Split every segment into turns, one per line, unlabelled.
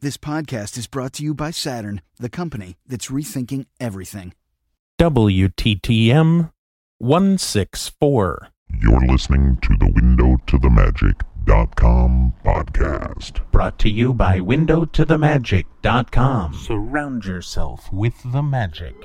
This podcast is brought to you by Saturn, the company that's rethinking everything.
WTTM 164.
You're listening to the Window to the Magic.com podcast.
Brought to you by WindowToTheMagic.com. Surround yourself with the magic.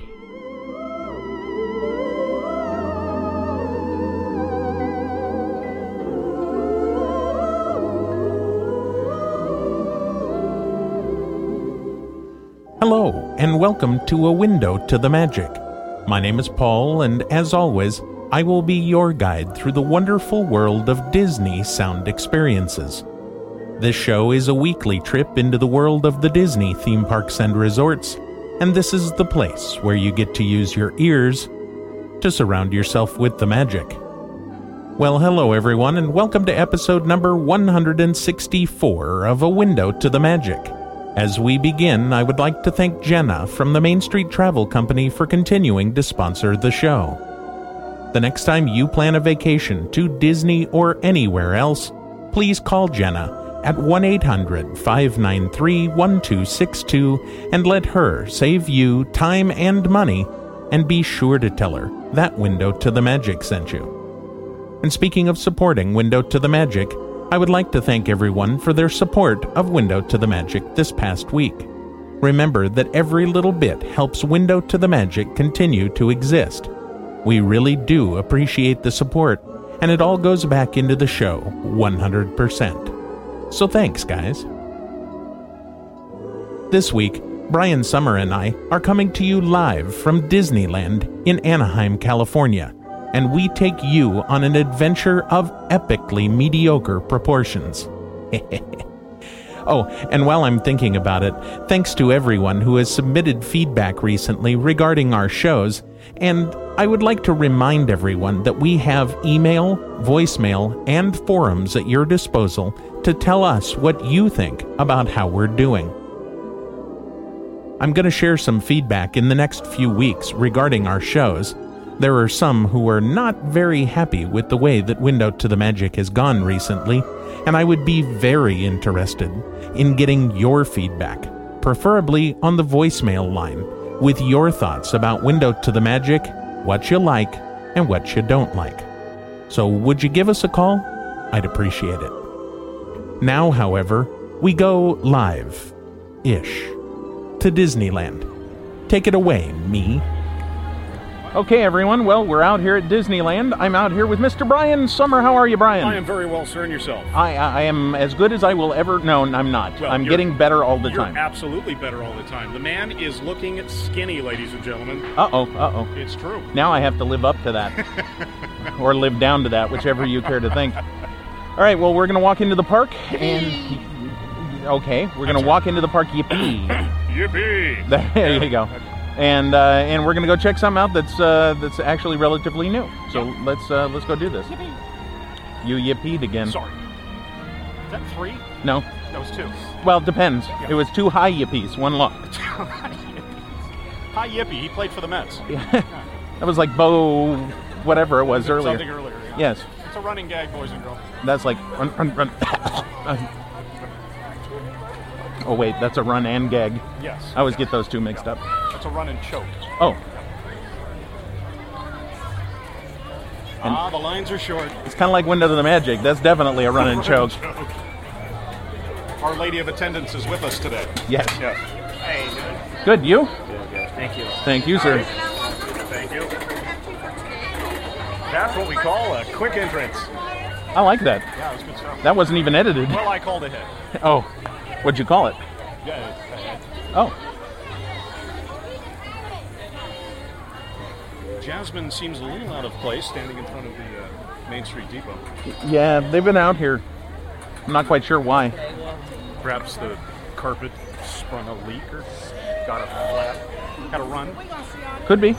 Hello, and welcome to A Window to the Magic. My name is Paul, and as always, I will be your guide through the wonderful world of Disney sound experiences. This show is a weekly trip into the world of the Disney theme parks and resorts, and this is the place where you get to use your ears to surround yourself with the magic. Well, hello everyone, and welcome to episode number 164 of A Window to the Magic. As we begin, I would like to thank Jenna from the Main Street Travel Company for continuing to sponsor the show. The next time you plan a vacation to Disney or anywhere else, please call Jenna at 1 800 593 1262 and let her save you time and money. And be sure to tell her that window to the magic sent you. And speaking of supporting Window to the Magic, I would like to thank everyone for their support of Window to the Magic this past week. Remember that every little bit helps Window to the Magic continue to exist. We really do appreciate the support, and it all goes back into the show 100%. So thanks, guys. This week, Brian Summer and I are coming to you live from Disneyland in Anaheim, California, and we take you on an adventure of epically mediocre proportions. Oh, and while I'm thinking about it, thanks to everyone who has submitted feedback recently regarding our shows, and I would like to remind everyone that we have email, voicemail, and forums at your disposal to tell us what you think about how we're doing. I'm going to share some feedback in the next few weeks regarding our shows. There are some who are not very happy with the way that Window to the Magic has gone recently, and I would be very interested in getting your feedback, preferably on the voicemail line, with your thoughts about Window to the Magic, what you like, and what you don't like. So, would you give us a call? I'd appreciate it. Now, however, we go live ish to Disneyland. Take it away, me. Okay, everyone. Well, we're out here at Disneyland. I'm out here with Mr. Brian Summer. How are you, Brian?
I am very well, sir, and yourself.
I, I I am as good as I will ever. No, I'm not.
Well,
I'm
you're-
getting better all the
You're
time.
absolutely better all the time. The man is looking skinny, ladies and gentlemen.
Uh oh. Uh oh.
It's true.
Now I have to live up to that, or live down to that, whichever you care to think. All right. Well, we're gonna walk into the park, and okay, we're gonna walk into the park. Yippee!
Yippee!
there you go. And uh, and we're gonna go check something out that's uh, that's actually relatively new. So let's uh, let's go do this. You yippeed again.
Sorry. Is that three?
No.
That was two.
Well, it depends.
Yeah.
It was two high yippies, one low.
Hi, Yippee. He played for the Mets.
That was like Bo, whatever it was earlier.
Something earlier. Yeah.
Yes,
It's a running gag, boys and girls.
that's like run, run, run. oh wait, that's a run and gag.
Yes.
I always get those two mixed up.
It's a run and choke.
Oh,
ah, the lines are short.
it's kind of like Window to the Magic. That's definitely a run and choke.
Our lady of attendance is with us today.
Yes.
Yes.
Good. You?
Thank you.
Thank you, sir.
Thank you. That's what we call a quick entrance.
I like that.
Yeah, it was good stuff.
That wasn't even edited.
Well, I called ahead.
Oh, what'd you call it?
Yeah,
Oh,
uh, Jasmine seems a little out of place standing in front of the uh, Main Street Depot.
yeah, they've been out here. I'm not quite sure why.
Perhaps the carpet sprung a leak or got a flat, got a run.
Could be.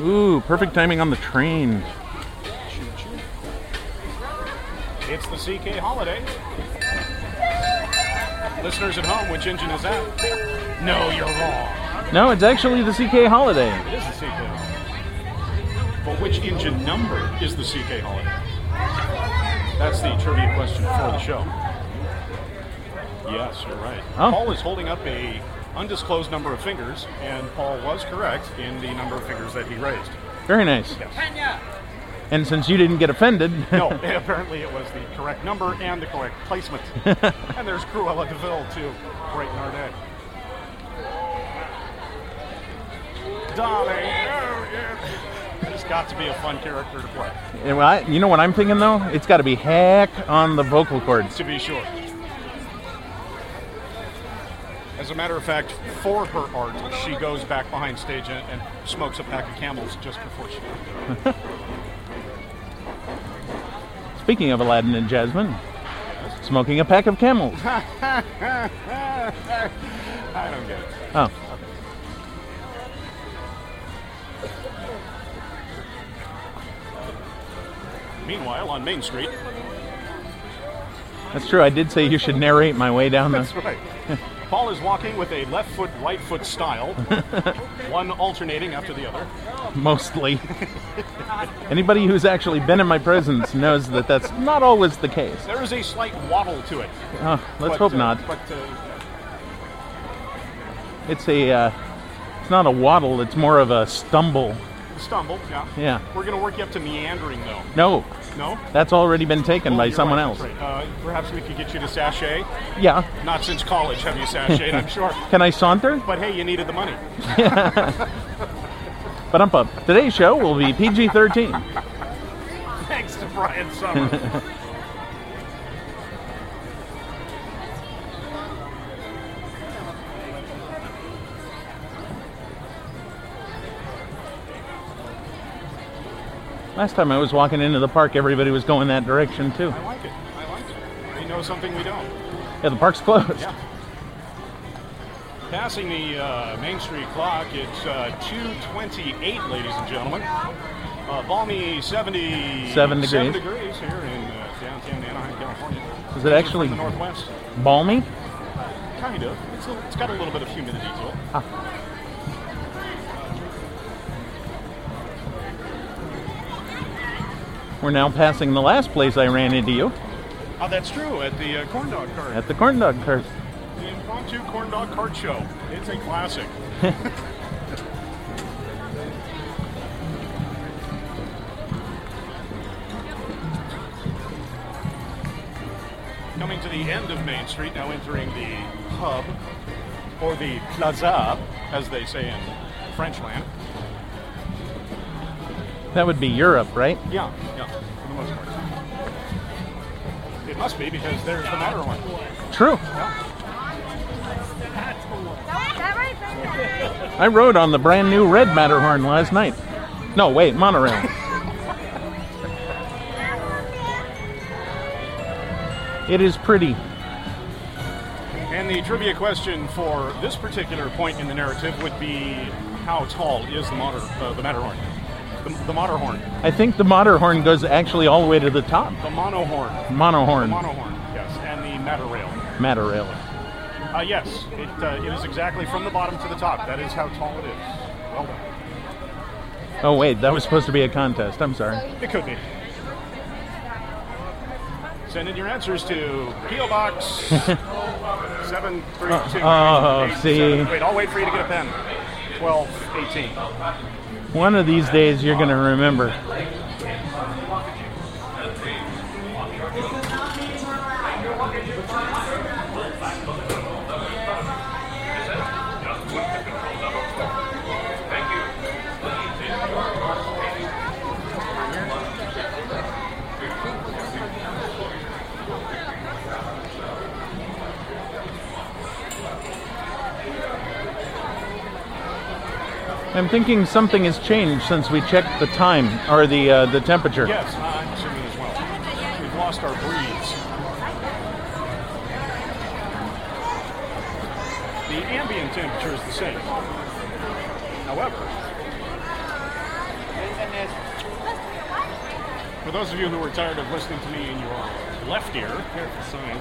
Ooh, perfect timing on the train.
It's the CK holiday. Listeners at home, which engine is that? No, you're wrong.
No, it's actually the CK holiday.
It is the CK. But which engine number is the CK Holiday? That's the trivia question for the show. Yes, you're right.
Oh.
Paul is holding up a undisclosed number of fingers, and Paul was correct in the number of fingers that he raised.
Very nice.
Yes.
And since you didn't get offended,
No, apparently it was the correct number and the correct placement. and there's Cruella Deville too, right in our day. Darling, oh, yeah. She's got to be a fun character to play,
and I, you know what I'm thinking though? It's got to be heck on the vocal cords.
to be sure. As a matter of fact, for her art, she goes back behind stage and, and smokes a pack of camels just before she.
Speaking of Aladdin and Jasmine, smoking a pack of camels.
I don't get it.
Oh,
Meanwhile, on Main Street,
that's true. I did say you should narrate my way down the.
That's right. Paul is walking with a left foot, right foot style, one alternating after the other.
mostly. Anybody who's actually been in my presence knows that that's not always the case.
There is a slight waddle to it.
Uh, let's
but,
hope
uh,
not.
But uh,
It's a, uh, it's not a waddle. It's more of a stumble.
stumble, yeah.
Yeah.
We're going to work you up to meandering, though.
No,
No?
that's already been taken
Oh,
by
you're
someone
right,
else.
that's right. Uh, perhaps we could get you to sachet.
Yeah.
Not since college have you sashayed, I'm sure.
Can I saunter?
But hey, you needed the money.
But I'm up. Today's show will be PG-13.
Thanks to Brian Summer.
Last time I was walking into the park, everybody was going that direction too.
I like it. I like it. We know something we don't.
Yeah, the park's closed.
Yeah. Passing the uh, Main Street clock, it's uh, 2:28, ladies and gentlemen. Uh, balmy 70,
Seven degrees.
degrees here in uh, downtown Anaheim, California.
Is it
Those are
actually-
from the northwest?
Balmy.
Kind of. It's, a, it's got a little bit of humidity to it.
We're now passing the last place I ran into you
Oh, that's true. At the uh, corn dog cart,
at the corn dog cart.
the impromptu corn dog cart show. It's a classic. Coming to the end of Main Street, now entering the hub, or the plaza, as they say in Frenchland.
That would be Europe, right?
Yeah, yeah, for the most part. It must be because there's the Matterhorn.
True.
That, that right there.
I rode on the brand new red Matterhorn last night. No, wait, monorail. it is pretty.
And the trivia question for this particular point in the narrative would be how tall is the, motor, uh, the Matterhorn? The, the Matterhorn.
I think the Matterhorn goes actually all the way to the top.
The Monohorn. The
Monohorn,
Monohorn, yes. And the Matterrail.
Matterrail.
Uh, yes, it, uh, it is exactly from the bottom to the top. That is how tall it is. Well done.
Oh wait, that was supposed to be a contest. I'm sorry.
It could be. Send in your answers to P.O. Box 732.
Oh, see.
Wait, I'll wait for you to get a pen. 1218.
One of these days you're gonna remember. I'm thinking something has changed since we checked the time or the uh, the temperature.
Yes, I'm assuming as well. We've lost our breeze. The ambient temperature is the same. However, for those of you who are tired of listening to me in your left ear, here's the sign.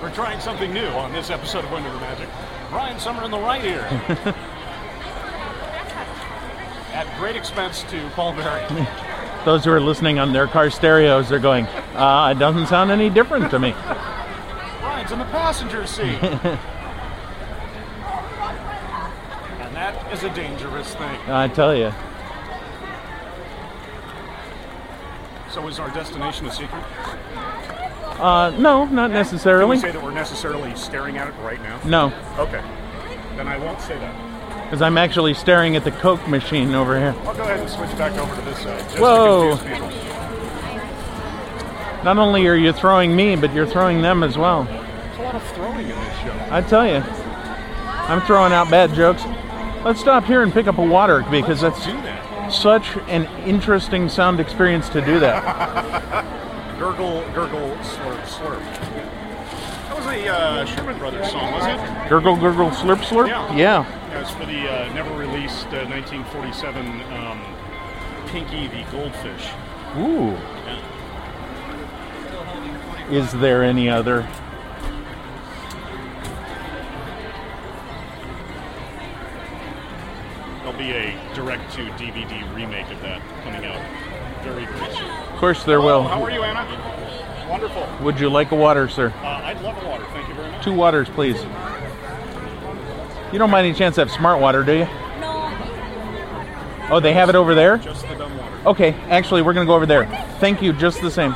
We're trying something new on this episode of Window of Magic. Brian Summer in the right ear. at great expense to Paul Barry.
Those who are listening on their car stereos are going, uh, it doesn't sound any different to me.
Brian's in the passenger seat. and that is a dangerous thing.
I tell you.
So is our destination a secret?
Uh, no, not
Can we
necessarily.
say that we're necessarily staring at it right now?
No,
Okay. Then I won't say that.
because I'm actually staring at the Coke machine over here.
I'll go ahead and switch back over to this side. Just
Whoa.
To confuse people.
Not only are you throwing me, but you're throwing them as well.
There's a lot of throwing in this show.
I tell you, I'm throwing out bad jokes. Let's stop here and pick up a water because
Let's
that's
do that.
such an interesting sound experience to do that.
Gurgle, gurgle, slurp, slurp. That was a uh, Sherman Brothers song, was it?
Gurgle, gurgle, slurp, slurp.
Yeah.
Yeah.
Yeah, it's for the uh, never released uh, 1947 um, Pinky the Goldfish.
Ooh. Is there any other?
There'll be a direct to DVD remake of that coming out very, very soon.
Of course there
How
will.
are you, Anna? Wonderful.
Would you like a water, sir?
Uh, I'd love a water. Thank you very much.
Two waters, please. You don't mind any chance have smart water, do you? Oh, they have it over there?
Just the dumb water.
Okay, actually, we're going to go over there. Thank you, just the same.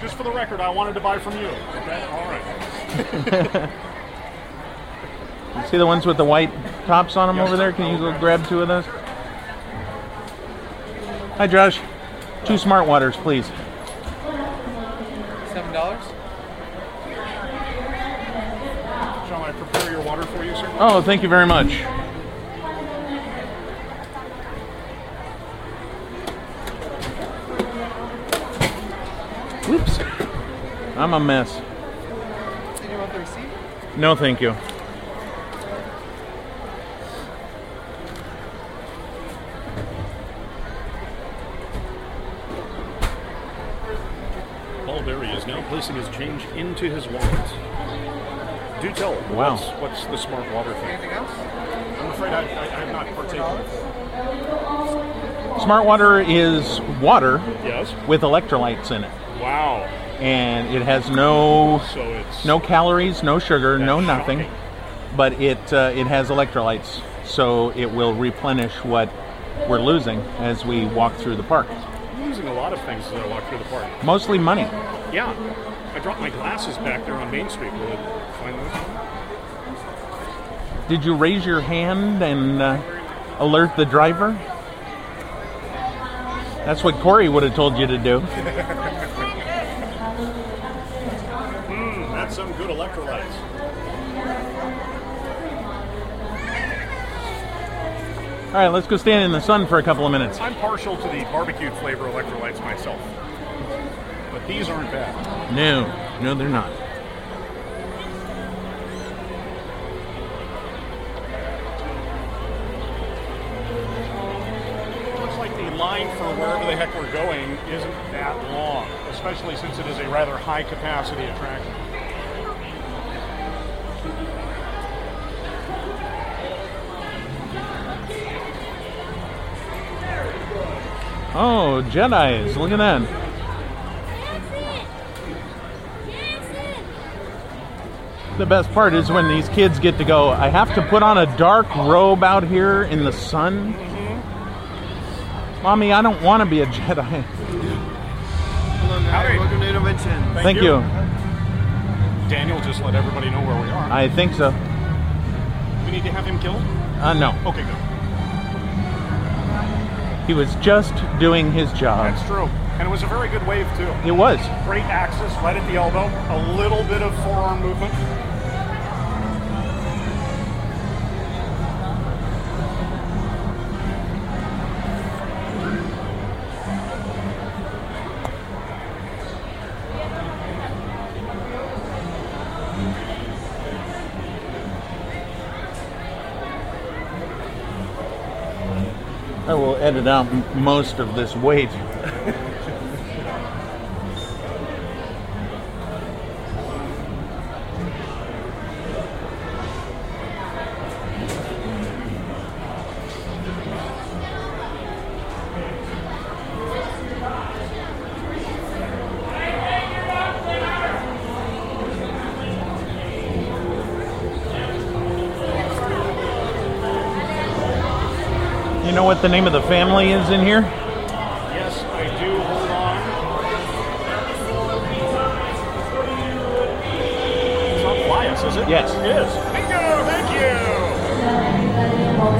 Just for the record, I wanted to buy from you. Okay? All right.
See the ones with the white tops on them over there? Can you go grab two of those? Hi, Josh. Two smart waters, please.
Seven dollars?
Shall I prepare your water for you, sir?
Oh, thank you very much. Whoops. I'm a mess.
You want the receipt?
No, thank you.
Paul Berry is now placing his change into his wallet. Do tell.
Wow.
What's, what's the smart water thing?
Anything else?
I'm afraid I, I, I have not partaken.
Smart water is water
Yes.
with electrolytes in it,
Wow.
and it has no
So it's
no calories, no sugar, no
That's
nothing.
shocking.
But it uh, it has electrolytes, so it will replenish what we're losing as we walk through the park.
I'm losing a lot of things as I walk through the park.
Mostly money.
Yeah. I dropped my glasses back there on Main Street. Will it find those?
Did you raise your hand and uh, alert the driver? That's what Corey would have told you to do.
Hmm, That's some good electrolytes.
All right, let's go stand in the sun for a couple of minutes.
I'm partial to the barbecued flavor electrolytes myself. But these aren't bad.
No, no, they're not.
It looks like the line for wherever the heck we're going isn't that long, especially since it is a rather high capacity attraction.
Oh, Jedi's! Look at that. The best part is when these kids get to go. I have to put on a dark robe out here in the sun. Mommy, I don't want to be a Jedi.
Hello,
Howdy.
Nat. Welcome to Intervention.
Thank, you.
Daniel just let everybody know where we are.
I think so.
we need to have him killed?
Uh, no.
Okay, good.
He was just doing his job.
That's true. And it was a very good wave, too.
It was.
Great axis right at the elbow, a little bit of forearm movement.
I will edit out m- most of this weight. you know what the name of the family is in here?
Yes, I do. Hold on. It's not Elias, is it?
Yes.
It is. Bingo! Thank you.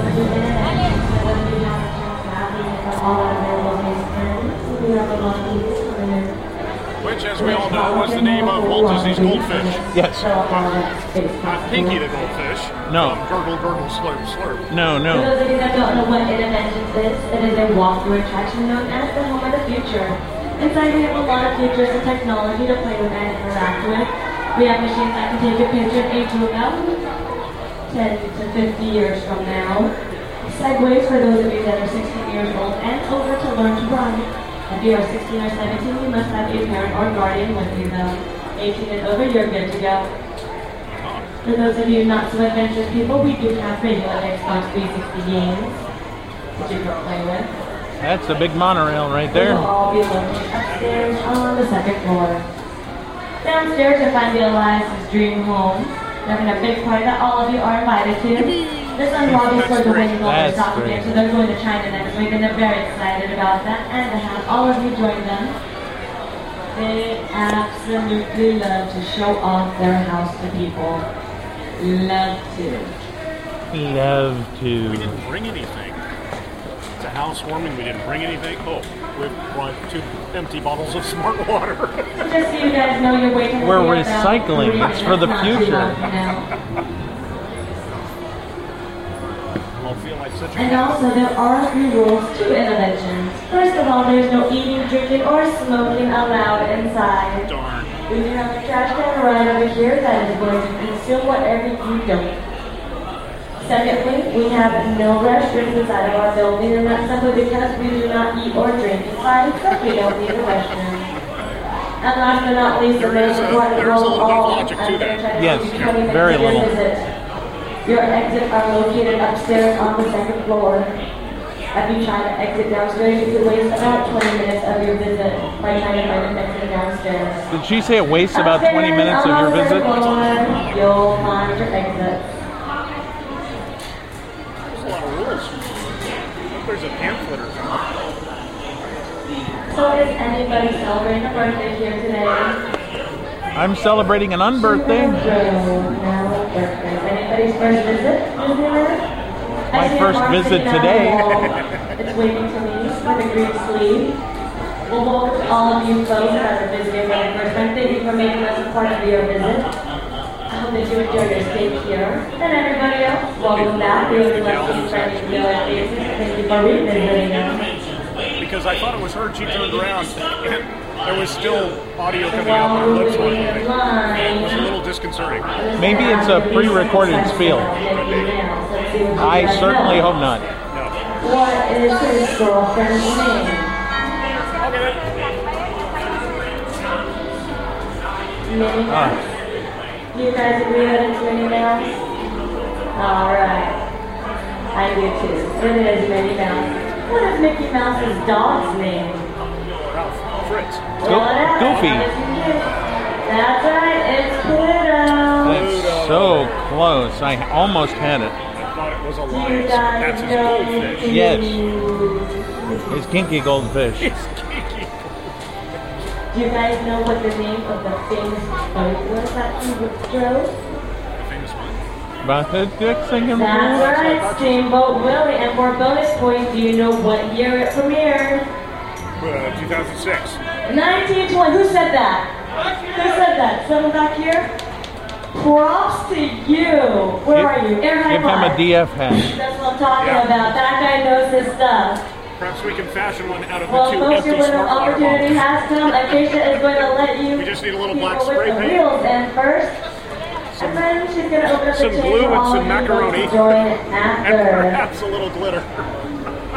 Which, as we all know, was the name of Walt Disney's goldfish.
Yes.
Not Pinky the goldfish.
No.
Um, gurgle, gurgle, slurp, slurp.
No,
For
no.
those of you that don't know what Interdimensions is, it is a walkthrough attraction known as the home of the future. Inside we have a lot of futuristic technology to play with and interact with. We have machines that can take your picture into about 10 to 50 years from now. Segways for those of you that are 16 years old and over to learn to run. If you are 16 or 17, you must have a parent or guardian with you though. 18 and over, you're good to go. For those of you not so adventurous people, we do have regular Xbox 360 games that you can play with.
That's the big monorail right
They
there.
will all be located upstairs on the second floor. Downstairs, you'll find the Elias's dream home. They're having a big party that all of you are invited to. This unlobby is for the winning
That's
golfers soccer
great.
game, so they're going to China next week, and they're very excited about that, and to have all of you join them. They absolutely love to show off their house to people. Love to.
Love
We
to.
didn't bring anything. It's a housewarming. We didn't bring anything. Oh, we brought two empty bottles of smart water.
Just so you guys know, you're waking up
We're
in about
recycling.
three
It's for the
minutes, not too
future.
long from now.
I'll feel like such
And
a.
also, there are a few rules to interventions. First of all, there's no eating, drinking, or smoking allowed inside.
Darn.
We do have a trash can right over here that is going to consume whatever you don't. Secondly, we have no restrooms inside of our building, and that's simply because we do not eat or drink inside, so we don't need a restroom. And last but not least, the
There is
most
a-
important
there is a
role of
lot of
all,
logic to
I'm
that.
gonna try to
Yes,
give you 20 minutes
very
to your
little.
visit. Your exits are located upstairs on the second floor. If you try to exit downstairs, you could waste about 20 minutes of your visit by trying to find an exit downstairs.
Did she say it wastes about 20
Upstairs
minutes of your
on the third
visit?
floor, You'll find your exits.
There's a lot of rules. There's a pamphlet or something.
So is anybody celebrating a birthday here today?
I'm celebrating an unbirthday.
No birthdays. Anybody's first visit? Disneyland?
My
I see a
first
mark
visit
sticking out of
today.
the wall. It's waiting for me with a green sleeve. Well, welcome to all of you folks that are visiting for the first time. Thank you for making us a part of your visit. I hope that you enjoy your stay here. And everybody else, welcome back. We would love to be friends with you at least. Thank you for revisiting us.
Because I thought it was her, she turned around, and there was still audio coming out
While
of
we
her
were
lips.
waiting in
It was a
line,
little disconcerting.
Maybe it's a pre-recorded spiel. I certainly hope not.
No.
What is his girlfriend's name? Minnie
Ah.
Mouse? You guys agree that it's Minnie Mouse? Alright. I do too. It is Minnie Mouse. What is Mickey Mouse's dog's name?
Ralph, Fritz.
Well, it is.
Goofy.
That's right, it's Pluto.
That's so close. I almost had it.
I thought it was a
You
lion.
guys
That's his
know
goldfish.
the
Yes.
clues.
It's kinky goldfish.
It's kinky.
Do you guys know what the name of the famous boat was that he drove?
Famous one.
But it's it's thinking-
That's right, Steamboat Willie. And for a bonus point, do you know what year it premiered?
Uh, 2006.
1920. Who said that? Who said that? Someone back here? Props to you. Where are you? Air high
Give him a
five.
DF hat.
That's what I'm talking
Yeah.
about. That guy knows his stuff.
Perhaps we can fashion one out of the
Well,
two
folks,
empty
your window
smart water
opportunity
bottles.
has come. Acacia is going to let you.
We just need a little
people
black
with
spray
the
paint.
Wheels in first. and then she's going to open up
some
the chain
glue
for
and
all
some
of you folks to
macaroni.
Join
And
after.
perhaps a little glitter.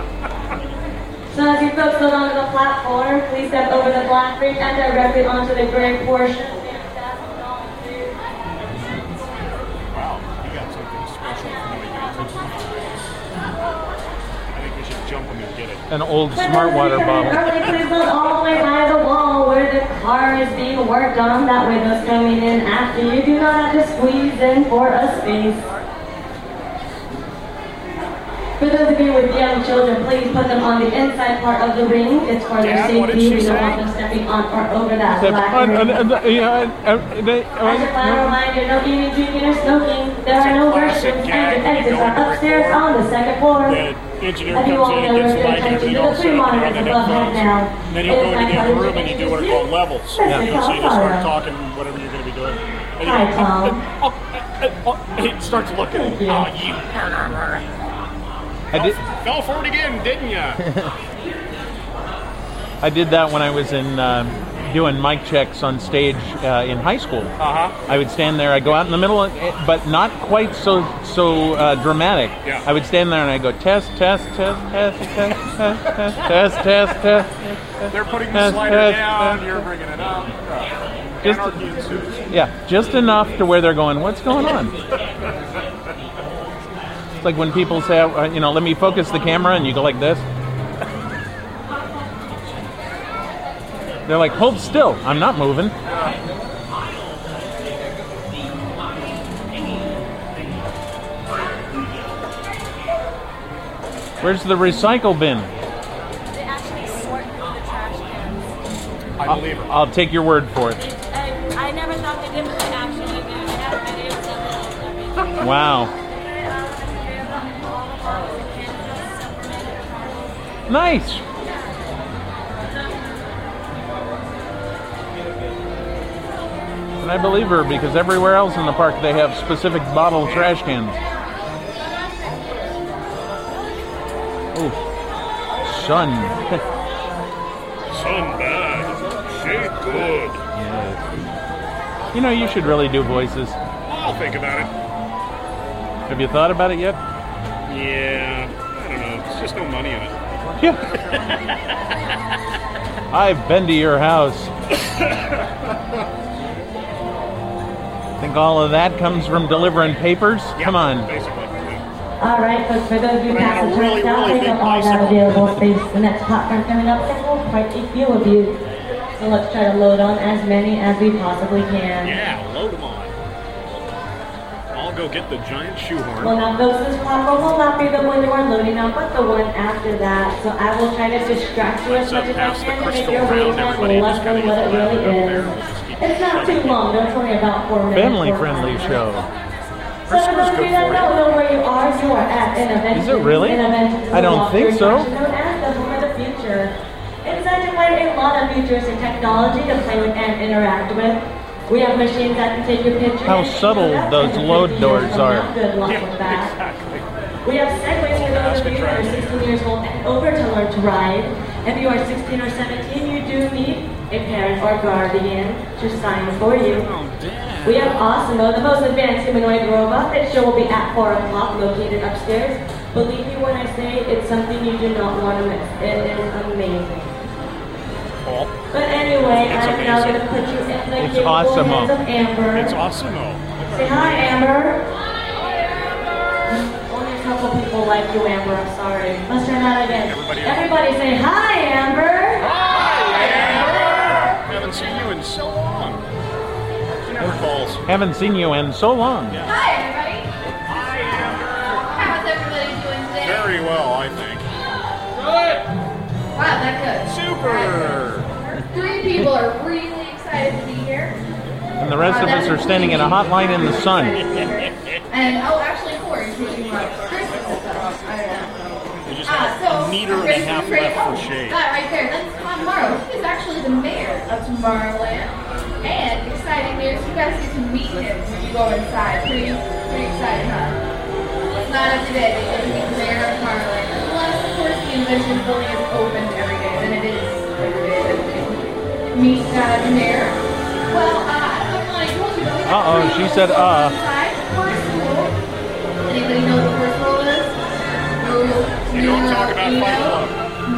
so as you folks go onto the platform, please step over the black ring and directly onto the gray portion.
Wow, you got something special for me. I think we should jump him and get it.
An old smart water bottle.
Early, please look all the way by the wall where the car is being worked on. That way those coming in after you do not have to squeeze in for a space. For those of you with young children, please put them on the inside part of the ring. It's for their
Dad, what did
safety.
she
We don't
say?
want them stepping on or over that black ring. As a final
That's
reminder, no eating, drinking, or smoking. There
It's a
are no
classic
washrooms
gag
and your
when
exits
you go
are
into the
upstairs
store.
on the second floor.
The engineer
Everyone
comes in and gets the
will alert
mic and
your
everything else
attention to the
set up, and then it phones.
monitors above head now.
And Then you'll go
It is
into
my
the other
pleasure
room
to
and you do what are called
introduce
levels.
Mr.
And So you just
Colorado.
start talking whatever you're going to be doing. And
Hi,
you go,
Tom.
"Oh, oh, oh, oh," and He starts looking.
Thank you.
Oh, you.
I did,
Fell for it again, didn't ya?
I did that when I was in uh, doing mic checks on stage uh, in high school.
Uh-huh.
I would stand there. I go out in the middle, of, but not quite so so uh, dramatic.
Yeah.
I would stand there and I go test, test, test, test, test, test, test, test, test.
They're putting
Yes,
the slider
yes,
down.
yes.
You're bringing it up.
Just-
Anarchy ensues.
Yeah, just enough to where they're going. What's going on? It's like when people say, uh, you know, let me focus the camera, and you go like this. They're like, hold still. I'm not moving. Where's the recycle bin?
They actually sort through the trash cans.
I believe her.
I'll take your word for it.
And I never thought they did, but they actually do. I have videos of it. and everything.
Wow. Nice. And I believe her because everywhere else in the park they have specific bottle trash cans. Oh, sun.
Some bad, shit good.
you know, you should really do voices.
I'll think about it.
Have you thought about it yet?
Yeah, I don't know. It's just no money in it.
Yeah. I've been to your house. Think all of that comes from delivering papers? Come on.
Basically. yeah.
All right, folks, for those of you
But I got a
passing
really,
through now,
really
take
big
up all that
bicycle.
available space. The next platform coming up, there will quite a few of you. So let's try to load on as many as we possibly can.
Yeah, load them on.
I'll go get the giant shoehorn.
Well, now, folks, this platform will not be the one that we're loading on, but the one after that. So I will try to distract you as
Let's, uh,
much as
pass
I
the
can to make
crystal
your waiting
round,
time
everybody,
less
just kinda
than what
get
it
the
really
laptop there.
is. It's not too long, though. It's only about four minutes.
Family
four or five
friendly
minutes.
show.
So for those of you that don't know where you are, you are at an event.
Is it really?
An event
I don't think so.
Known as the home of the future. Inside you find a lot of futuristic technology to play with and interact with. We have machines that can take your picture.
How
and
subtle
photographs
those
and
load
fifty years
doors
from
are.
now. Good luck with that. We have segways for those of you that are 16 years old and over to learn to ride. If you are 16 or 17, you do need a parent or guardian to sign for you. We have Osimo, the most advanced humanoid robot. That show will be at 4 o'clock, located upstairs. Believe me when I say it's something you do not want to miss. It is amazing.
Paul.
But anyway, I
It's
am now going to
amazing.
put you in the
It's
capable
Osimo.
hands of Amber.
It's awesome, though.
Say hi, Amber. Only a couple people like you, Amber. I'm sorry. Let's try that again.
Everybody-
Everybody say hi, Amber.
Haven't seen you in so long. She never calls.
Haven't seen you in so long.
Hi, everybody. How's everybody doing today?
Very well, I think.
Wow, that
Super.
good. Three people are really excited to be here.
And the rest of us are standing in a hot line in the sun.
And oh, actually four, including my Christmas stuff. I don't know.
You just
Ah,
have
so
a meter and a
Christmas
half
tree-
left for
oh,
shade.
That right there. That's Tom Morrow. He's actually the mayor of Tomorrowland. And exciting news, you guys get to meet him when you go inside. Pretty, pretty exciting, huh? It's not every day that you get to meet the mayor of Tomorrowland. Plus, of course, the convention building is open every day, and it is every day that we get to meet uh, the mayor. Well, uh, I don't know if I told you, but we have
Uh-oh,
three
she said,
rules
uh.
Inside. First rule. Anybody know what the first rule is? No,
You don't
no,
talk about
no,
Fight Club.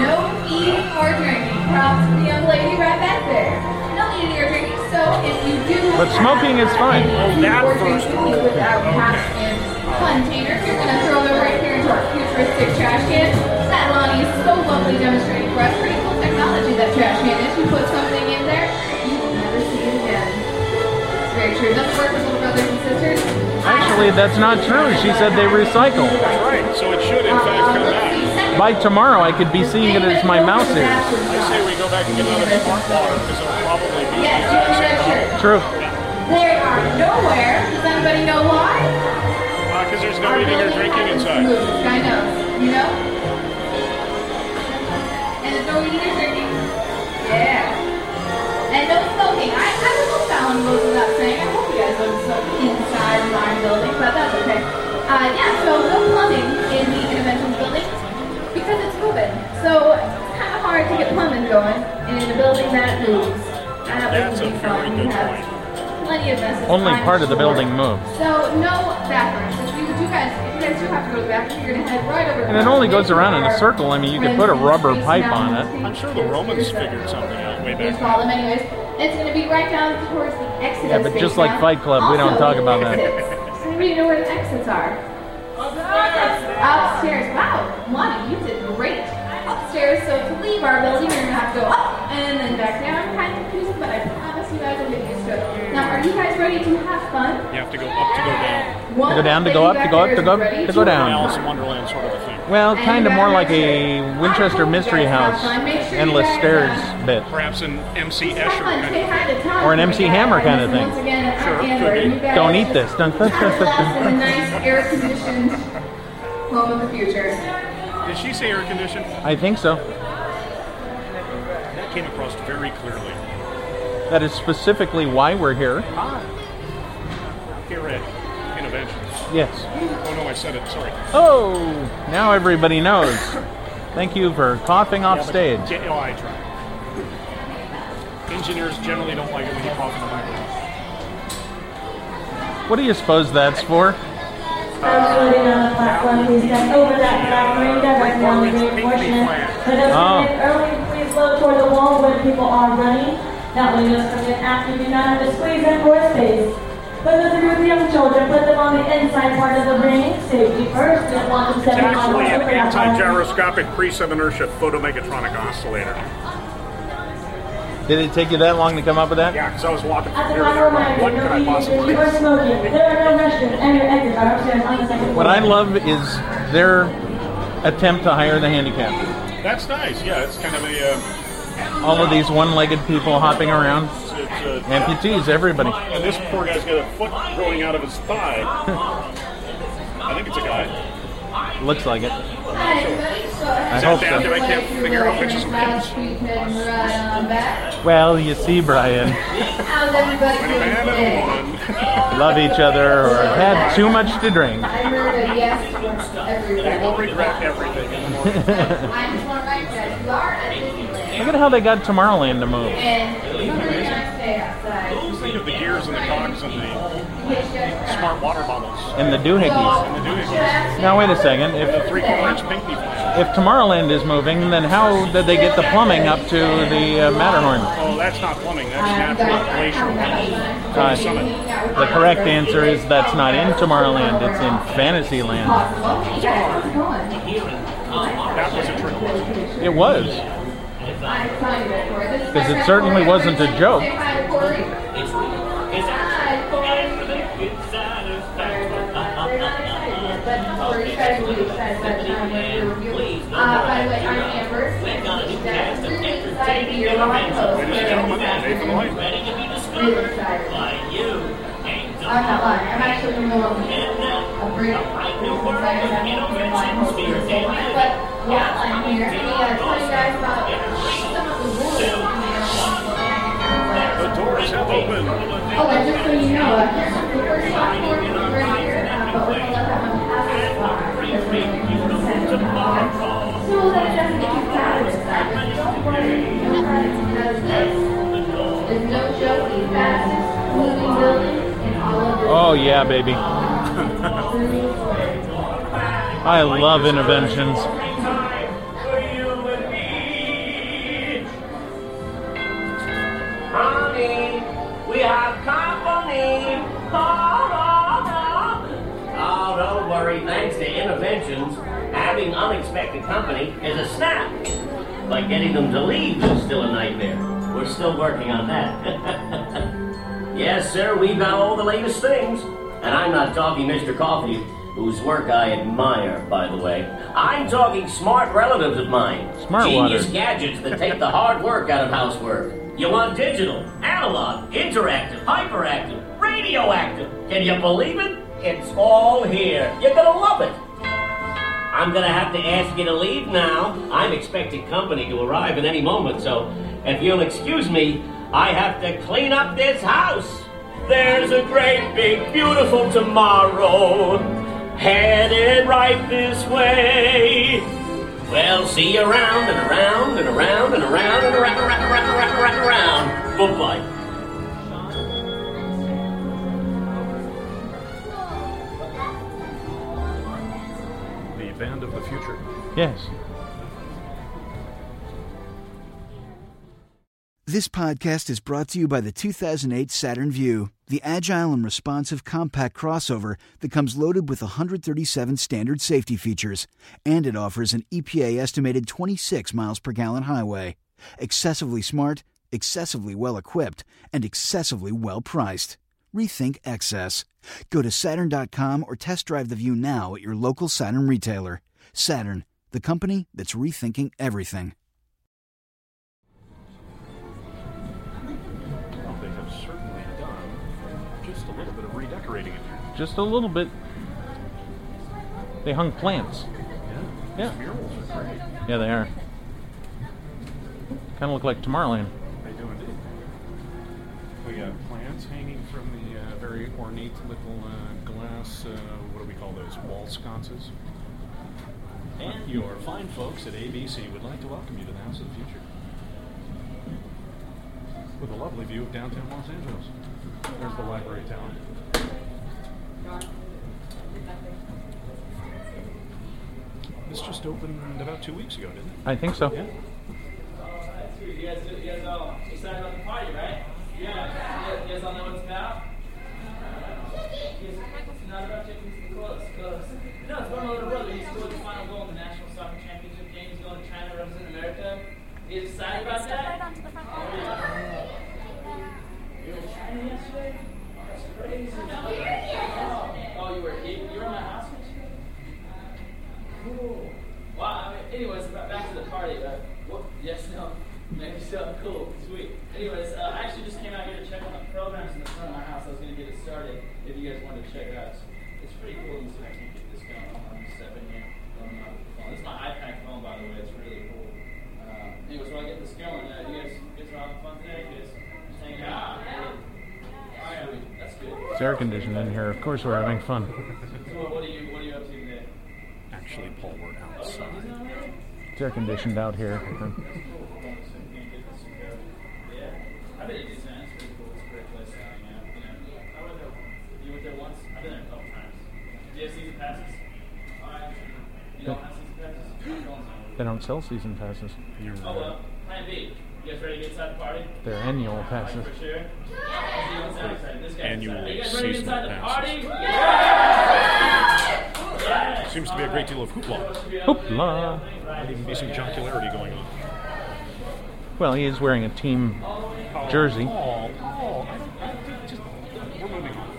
No eating or drinking. Props to the young lady right back there. No eating or drinking. So if you do,
But smoking is fine.
Oh,
that
or
first
drinking
rule.
with our cast and containers, you're gonna throw them right here into our futuristic trash can. That Lonnie is so lovely demonstrating for us pretty cool technology that trash can is. You put something in there, you will never see it again. It's very true. That's work with little brothers and sisters.
Actually, that's not true. She said they recycle.
That's right. So it should, in in fact come back.
By tomorrow, I could be seeing it as my mouse ears.
I say we go back and get another smart water because it'll probably be the
Yes, you
exact
can
same color.
register.
True.
They are nowhere. Does anybody know why?
Because Uh, there's no
Our
eating or
building
drinking
happens to
inside.
move. This guy knows, you know? And there's no eating or drinking. Yeah. And no smoking. I, I was hope that one goes without saying. I hope you guys don't smoke inside my building, but that's okay. Uh, yeah, so no plumbing in the intervention building because it's COVID. So it's kind of hard to get plumbing going in a building that moves. That
That's
wouldn't
a
be
very
fun. We
good
have Plenty of messes.
Only
I'm
part of the
sure.
building moves.
So no bathrooms. If you, you guys, if you guys do have to go to the bathroom, you're gonna head right over.
And it only goes around in a circle. I mean, you could put a rubber pipe on it.
I'm sure the Romans figured something out way
They
back.
call them anyways. It's gonna be right down towards the exit.
Yeah, but just like Fight Club, we don't talk about that.
So you know where the exits are. Upstairs. Wow, Lonnie, you did great. Upstairs. So to leave our building, you're gonna have to go up and then back down. Kind of confusing, but I promise you guys will get used to it. Now, are you guys ready to have fun?
You have to go up to go down.
One
To go down, to
thing
go up,
back
to go up,
there
to
is
go up,
ready
to go down.
have
Alice in
fun.
Wonderland sort of a thing.
Well,
And
kind of
you
more
gotta
like
make
a
sure- I
Winchester
hope you
Mystery
guys have
House
fun. Make sure you
endless
guys,
stairs
uh,
bit.
Perhaps an MC
have
Escher
fun,
kind
say
of
hi to Tom
Or an
and
MC
my dad.
Hammer kinda
Once
thing.
again, I'm
Sure,
Amber,
could be.
and you guys
Don't eat this. Dun, dun, dun,
have
dun,
lots
dun,
of
dun.
nice air-conditioned home of the future.
Did she say air conditioned?
I think so.
That came across very clearly.
That is specifically why we're here.
Here at Interventions.
Yes.
Oh no, I said it, sorry.
Oh, now everybody knows. Thank you for coughing off stage.
Ge- oh, I tried. Engineers generally don't like it when you cough in the microphone.
What do you suppose that's for?
Absolutely not a platform, please step over that platform directly on the green portion. For those
Ah.
coming in early, please look toward the wall where people are running. That way those coming in after do not have to squeeze in for space. For those of you with young children, put them on the inside part of the ring, safety first, don't want them
It's
stepping on
actually an
the
anti-gyroscopic precess inertia photomegatronic oscillator.
Did it take you that long to come up with that?
Yeah, because I was walking
As
from
a
here to
final
there, going,
reminder,
what could
no
I
eating,
possibly?
drinking, or smoking. There are no restrooms, and your exits are upstairs on the second floor.
What I love is their attempt to hire the handicapped.
That's nice, yeah, it's kind of a, uh,
All of these one-legged people hopping around,
it's, it's a,
amputees, everybody.
and this poor guy's got a foot growing out of his thigh. I think it's a guy.
Looks like it.
Hi, everybody. So
I hope
down
so.
there? I can't figure out which is
Last week, then right on back.
Well, you see, Brian,
How's everybody
A
doing
man
today?
and a woman.
love each other or had too much to drink.
I heard a yes from
They will
everybody.
regret everything in the morning.
I just want to remind you guys, you are at Disneyland.
Look at how they got Tomorrowland to move.
And it's a pretty nice day outside.
Just think of the gears and the cogs and the smart water bottles.
And the doohickeys.
And the doing
Now, wait a second. If
Three quarter inch pinky plan.
if Tomorrowland is moving, then how did they get the plumbing up to the uh, Matterhorn?
Oh, that's not plumbing,
Um,
that's natural glacial water.
Uh,
Summit.
the correct answer is that's not in Tomorrowland. It's in Fantasyland.
Well, yeah, it's going.
That was a trick question.
It was.
Because
it certainly wasn't a joke.
By the way, I'm Amber. I'm really excited to be your live host.
Ladies and gentlemen, Nathan White.
Really excited. I'm not lying. I'm actually in the middle of a break. But while I'm here, I'm going to tell you guys about some of the rules.
The doors have opened.
Oh, and just so you know, uh, the first platform is right here, uh, but we're going to let that one pass us by. because we can use the center box. So that it doesn't get you fast. But don't worry, you'll have it because this is no joke, the fastest moving building in all of the
Oh yeah, baby. I love interventions.
Honey, we have company. Oh, don't worry. Thanks to interventions, having unexpected company is a snap. But getting them to leave is still a nightmare. We're still working on that. yes, sir, we know all the latest things. And I'm not talking Mr. Coffee, whose work I admire, by the way. I'm talking smart relatives of mine.
Smart
Genius
water.
gadgets that take the hard work out of housework. You want digital, analog, interactive, hyperactive, radioactive. Can you believe it? It's all here. You're gonna love it. I'm gonna have to ask you to leave now. I'm expecting company to arrive at any moment, so if you'll excuse me, I have to clean up this house. There's a great big beautiful tomorrow headed right this way. Well, see you around and around and around and around and around and around and around and around and around. Goodbye.
The band of the future.
Yes.
This podcast is brought to you by the 2008 Saturn Vue, the agile and responsive compact crossover that comes loaded with 137 standard safety features, and it offers an EPA estimated 26 miles per gallon highway. Excessively smart, excessively well equipped, and excessively well priced. Rethink excess. Go to Saturn.com or test drive the Vue now at your local Saturn retailer. Saturn, the company that's rethinking everything.
Well, they have certainly done just a little bit of redecorating in here.
Just a little bit. They hung plants.
Yeah.
Yeah.
These murals are great.
Yeah, they are. Kind of look like Tomorrowland.
They do indeed. We got plants hanging from the uh, very ornate little uh, glass, uh, what do we call those, wall sconces? And your fine folks at ABC would like to welcome you to the House of the Future. With a lovely view of downtown Los Angeles. There's the Library of Talent. This just opened about two weeks ago, didn't
I think so.
it? Yeah.
You guys, you guys all excited about the party, right? Yeah. You guys all know what it's about? You guys- It's not about chickens, it's close, close. No, it's about my little brother. He scored the final goal in the National Soccer Championship game. He's going to China, represent America. You guys excited about that? You were in China yesterday? That's crazy. Oh, you were, you you were in my house yesterday? Cool. Well, I mean, anyways, ba- back to the party. Uh, whoop, yes, no, maybe so. Cool, sweet. Anyways, uh, I actually just came out here to check on the programs in the front of my house. I was going to get it started if you guys wanted to check it out. It's, it's pretty cool to see if I can get this going. I'm just stepping here. on my phone. This is my iPad phone, by the way. It's really cool. Uh, anyways, while I get this going, uh, you guys, you guys are having fun today? You guys just hanging out? All right, sweet. That's good.
It's air conditioned in here. Of course, we're having fun.
So, what are you, what are you up to today?
Actually, Paul, we're outside.
It's air conditioned out here.
I bet it is, man. It's pretty cool. It's a great place to hang out. You know, I went there. You went there once? I've been there a couple times. Do you have season passes? I You don't have season passes? I'm going
They don't sell season passes.
You're
Oh, well. Plan B. You guys ready to get inside the party?
They're annual
Like,
passes.
for sure? Yeah. You don't sound excited. This guy's
Annual
excited. Are you guys ready to get inside the
seasonal
party?
passes.
Yeah!
Seems to be a great deal of hoopla.
Hoopla!
Might even be some jocularity going on.
Well, he is wearing a team jersey.
Oh, oh, I, I just, we're moving on.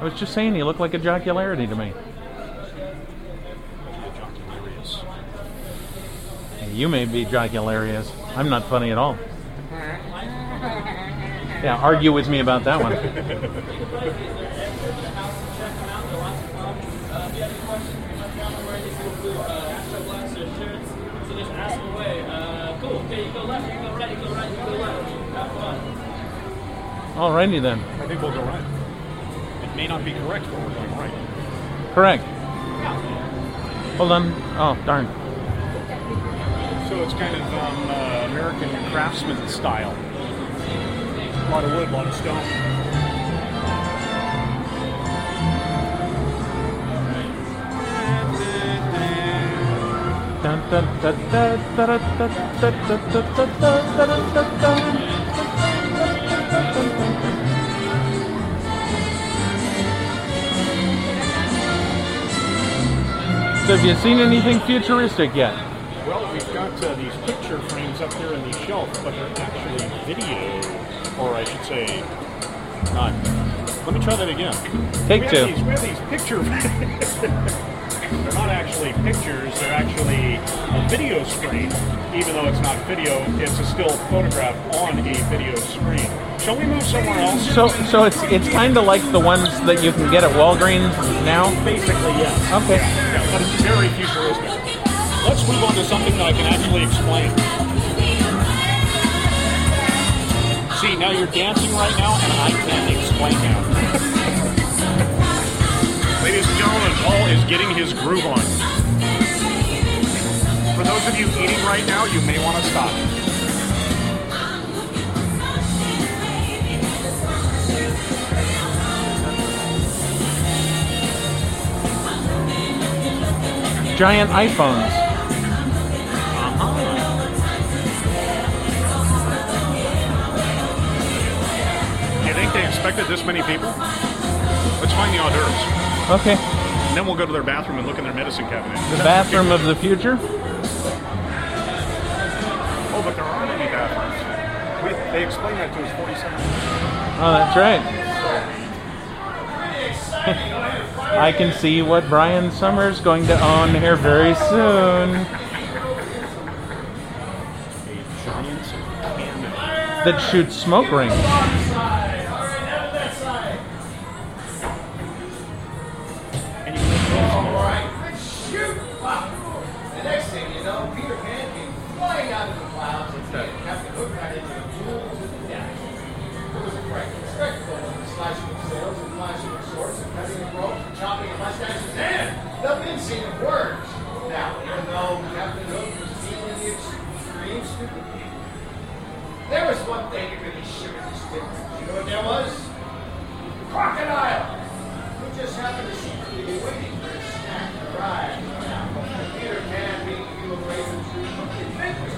I was just saying he looked like a jocularity to me.
Jocularious.
You may be jocularious. I'm not funny at all. Yeah, argue with me about that one. Alrighty then.
I think we'll go right. It may not be correct, but we're going right.
Correct. Hold on. Oh, darn.
So it's kind of um, uh, American craftsman style. A lot of wood, a lot of stone.
Dun, dun, dun, dun, dun, dun, dun, dun, dun, dun, dun, dun, dun, dun, dun. So have you seen anything futuristic yet?
Well, we've got uh, these picture frames up there in the shelf, but they're actually video, or I should say, Hi. Let me try that again.
Take
we
two.
Have these, we have these picture. they're not actually pictures. They're actually a video screen. Even though it's not video, it's a still photograph on a video screen. Shall we move somewhere else?
So, so it's it's kind of like the ones that you can get at Walgreens now.
Basically, yes.
Okay.
Yeah, but it's very futuristic. Let's move on to something that I can actually explain. See, now you're dancing right now, and I can't explain now. Ladies and gentlemen, Paul is getting his groove on. For those of you eating right now, you may want to stop.
Giant iPhones.
You think they expected this many people? Let's find the hors d'oeuvres.
Okay.
And then we'll go to their bathroom and look in their medicine cabinet.
The bathroom of the future.
Oh, but there aren't any bathrooms. We, they explained that to us 47
Oh, that's right. I can see what Brian Summers going to own here very soon.
A giant cannon.
That shoots smoke rings.
And you can
There was one thing that really shivered the stomach. You know what that was? Crocodile! Who just happened to see you waiting for a snack to arrive. Peter Pan beating you away from three fucking fingers.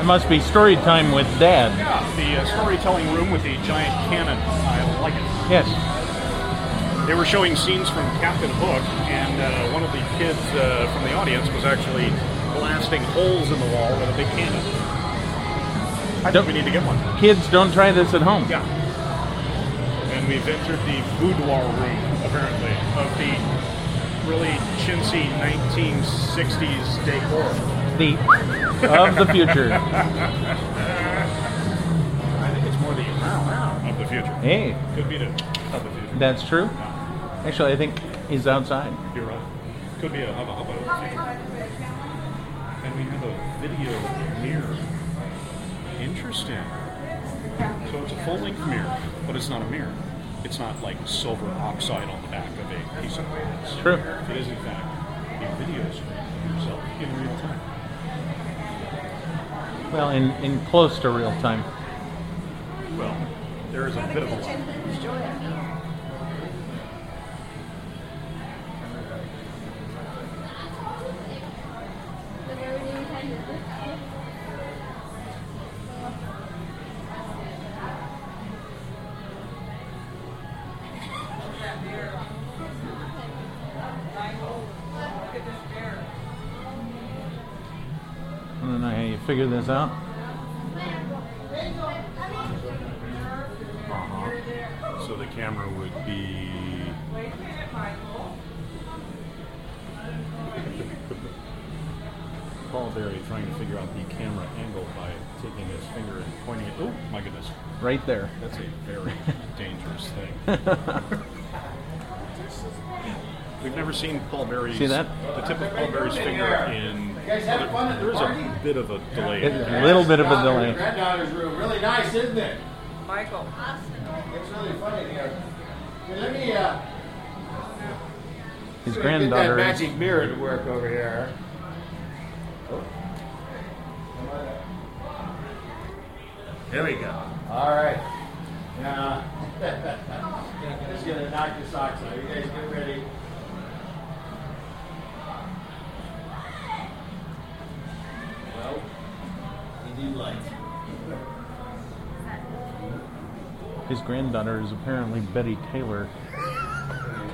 It must be story time with Dad.
Yeah, the uh, storytelling room with the giant cannon. I like it.
Yes.
They were showing scenes from Captain Hook, and uh, one of the kids uh, from the audience was actually blasting holes in the wall with a big cannon. I think we need to get one.
Kids, don't try this at home.
Yeah. And we've entered the boudoir room, apparently, of the really chintzy 1960s decor.
The of the future.
I think it's more the wow wow of the future.
Hey,
Could be the of the future.
that's true. Actually, I think he's outside.
You're right. Could be a hubba hubba. And we have a video mirror. Interesting. So it's a full length mirror, but it's not a mirror. It's not like silver oxide on the back of a piece of glass.
True.
It is, in fact, a video screen of yourself in real time.
Well, in in close to real time.
Well, there is a bit of a line.
I don't know how you figure this out.
Uh-huh. So the camera would be. Paul Berry trying to figure out the camera angle by taking his finger and pointing it. Oh my goodness,
Right there.
that's a very dangerous thing. We've never seen Paul Berry's.
See that?
The tip of Paul Berry's finger in. There, there is a bit of a delay.
It's a little bit of a
Your
delay.
granddaughter's room. Really nice, isn't it?
Michael.
It's really funny in here. Hey, let me, uh,
His
let me get that
granddaughter is.
magic mirror to work over here. Here we go. All right. Now, this is gonna knock your socks out. You guys get ready. Well, we need light.
His granddaughter is apparently Betty Taylor.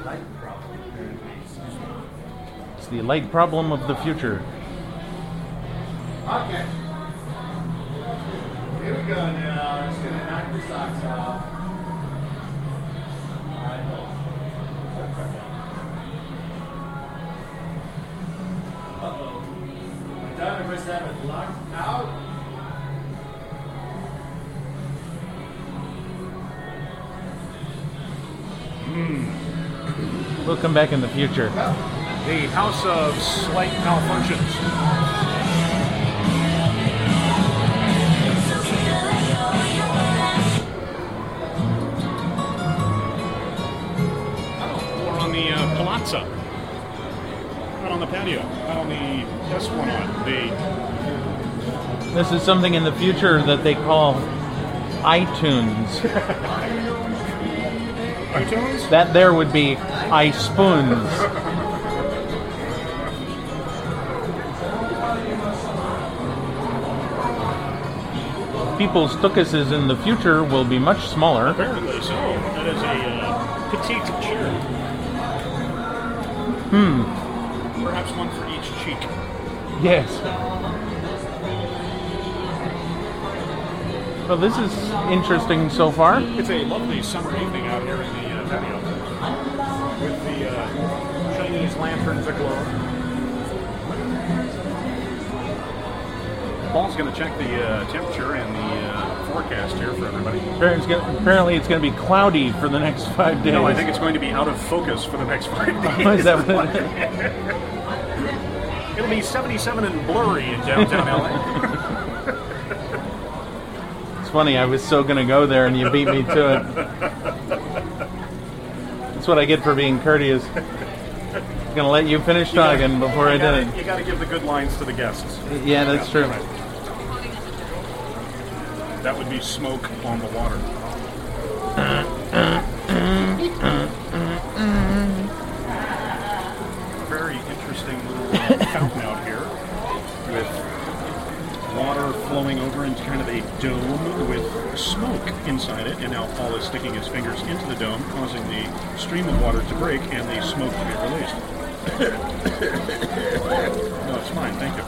Light problem.
It's the light problem of the future.
Okay. Here we go now. I'm just gonna knock your socks off. Uh-oh. My diamond must have it locked out.
We'll come back in the future.
The House of Slight Malfunctions. Or on the uh, Palazzo. Out on the patio. Out on the Esplanade. The,
This is something in the future that they call iTunes.
iTunes?
That there would be iSpoons. People's tukuses in the future will be much smaller.
Apparently so. That is a uh, petite cheer.
Hmm.
Perhaps one for each cheek.
Yes. Well, this is interesting so far.
It's a lovely summer evening out here in the uh, patio with the uh, Chinese lanterns aglow. Paul's going to check the uh, temperature and the uh, forecast here for everybody.
Apparently, it's gonna, apparently it's going to be cloudy for the next five days.
No, I think it's going to be out of focus for the next five days.
Is that what it
It'll be 77 and blurry in downtown LA.
It's funny. I was so going to go there, and you beat me to it. That's what I get for being courteous. I'm going to let you finish talking before I
you gotta,
did
You got to give the good lines to the guests.
it. Yeah, that's true.
That would be smoke on the water. Very interesting little uh, fountain out here with water flowing over into kind of a dome with smoke inside it. And now Paul is sticking his fingers into the dome, causing the stream of water to break and the smoke to be released. no, it's fine. Thank you.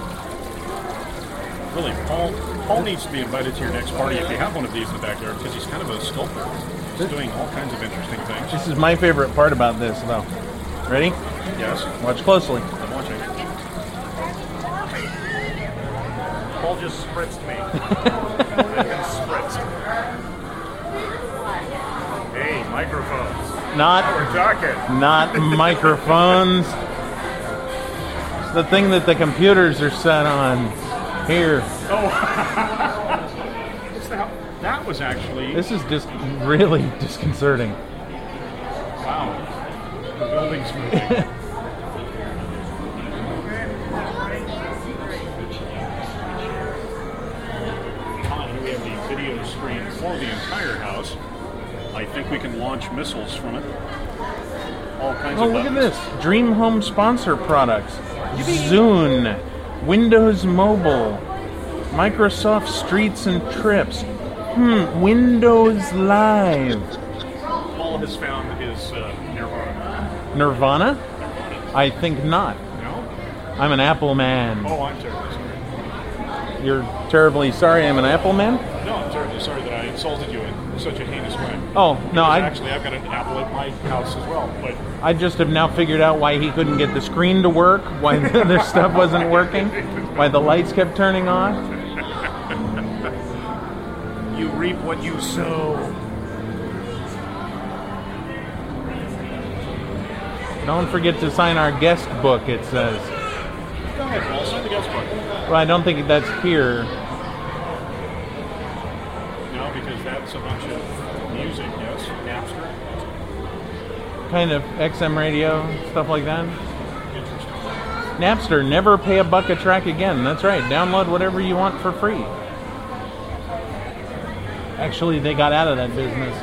Really, Paul, Paul needs to be invited to your next party if you have one of these in the backyard because he's kind of a sculptor. He's doing all kinds of interesting things.
This is my favorite part about this, though. Ready?
Yes,
Watch closely.
I'm watching. Paul just spritzed me. I got spritzed. Hey, microphones.
Not,
We're talking.
not microphones. It's the thing that the computers are set on. Here,
What's that? That was actually
this is just really disconcerting.
wow. The building's moving. Behind, we have the video screen for the entire house. I think we can launch missiles from it. All kinds
Oh,
of
look at
buttons.
this. Dream Home sponsor products. Zune, Windows Mobile, Microsoft Streets and Trips. Hmm, Windows Live.
Paul has found his uh, Nirvana.
Nirvana? I think not.
No?
I'm an Apple man.
Oh, I'm terribly sorry.
You're terribly sorry I'm an Apple man?
No, I'm terribly sorry that I insulted you in such a heinous way.
Oh, no,
Because
I,
Actually, I've got an apple at my house as well, but
I just have now figured out why he couldn't get the screen to work, why the other stuff wasn't working, why the lights kept turning on.
you reap what you sow.
Don't forget to sign our guest book, it says.
Go ahead, Paul. Sign the guest book.
Well, I don't think that's here.
No, because that's a bunch of music, yes? Napster?
kind of XM radio, stuff like that.
Interesting.
Napster, never pay a buck a track again. That's right. Download whatever you want for free. Actually, they got out of that business.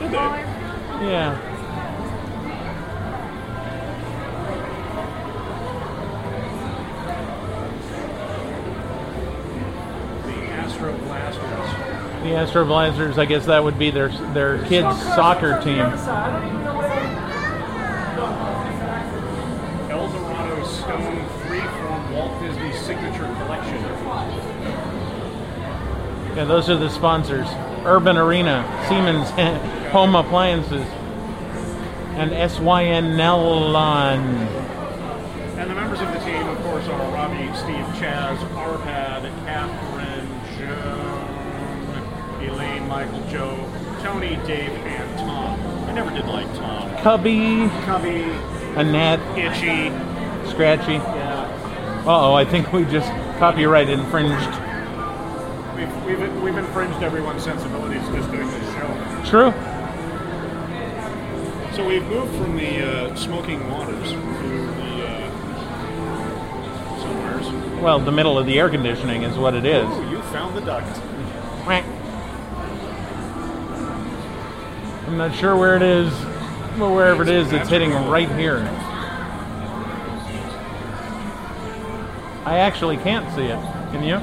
Did they?
Yeah.
The Astro Blasters.
The Astro Blazers, I guess that would be their their kids' soccer team.
Eldorado Stone Free from Walt Disney Signature Collection.
Yeah, those are the sponsors Urban Arena, Siemens Home Appliances, and SYN Nellon.
And the members of the team, of course, are Robbie, Steve, Chaz, Arpad, Catherine, Joan, Elaine, Michael, Joe, Tony, Dave, and Tom. I never did like Tom.
Cubby,
Cubby,
Annette,
Itchy,
Scratchy.
yeah.
Uh oh, I think we just copyright infringed.
We've, we've, we've infringed everyone's sensibilities just doing this show.
True.
So we've moved from the uh, smoking waters to the uh, somewheres.
Well, the middle of the air conditioning is what it is.
Ooh, you found the duct.
Quack. I'm not sure where it is, but wherever it is, it's hitting right here. I actually can't see it. Can you?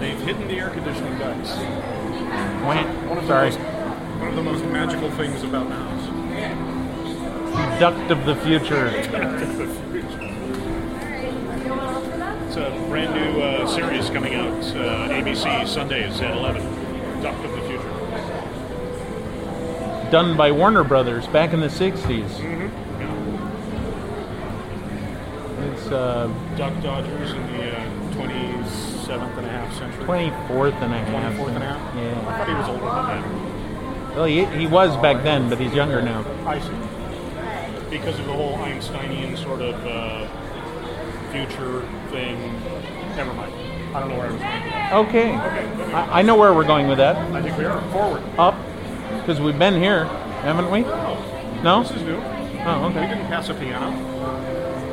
They've hidden the air conditioning ducts. One
Quack.
of
Sorry.
The most, one of the most magical things about the house.
Duct of the future.
It's a brand new uh, series coming out, uh, ABC Sundays at 11. Duct of the Future.
Done by Warner Brothers back in the 60s.
Mm-hmm.
It's uh,
Yeah. Duck Dodgers in the uh, 27th and a half century.
24th and a half.
24th and a half? I
Yeah.
thought he was older than
Well, he, he was back then, but he's younger now.
that. I see. Because of the whole Einsteinian sort of uh, future thing. Never mind. I don't know where I was going.
Okay. I, I know where we're going with that.
I think we are. Forward.
Up, because we've been here, haven't we? No?
This is new.
Oh,
We
okay.
didn't pass a piano.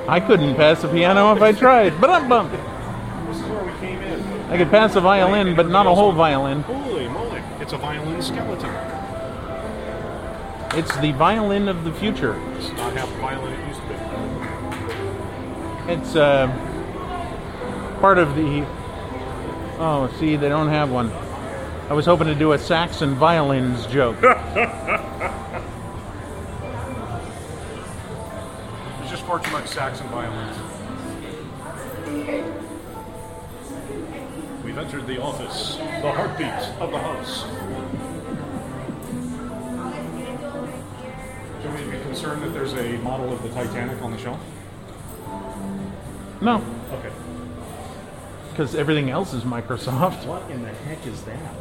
I couldn't pass a piano if I tried, but I'm bummed.
This is where we came in.
I could pass a violin, but not a whole violin.
Holy moly. It's a violin skeleton.
It's the violin of the future.
It's not half the violin it used to be.
It's uh, part of the. Oh, see, they don't have one. I was hoping to do a Saxon violins joke.
It's just far too much Saxon violins. We've entered the office, the heartbeat of the house. Should we be concerned that there's a model of the Titanic on the shelf?
No,
Okay.
because everything else is Microsoft.
What in the heck is that?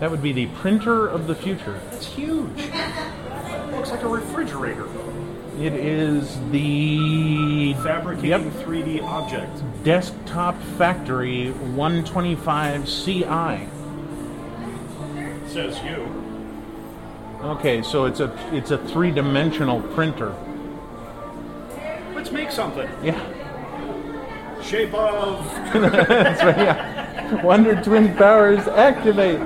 That would be the printer of the future.
That's huge. Looks like a refrigerator.
It is the
Fabricating 3D object.
Yep, desktop factory 125 CI.
Says you.
Okay, so it's a it's a three-dimensional printer.
Let's make something.
Yeah,
Shape of
Wonder Twin powers activate.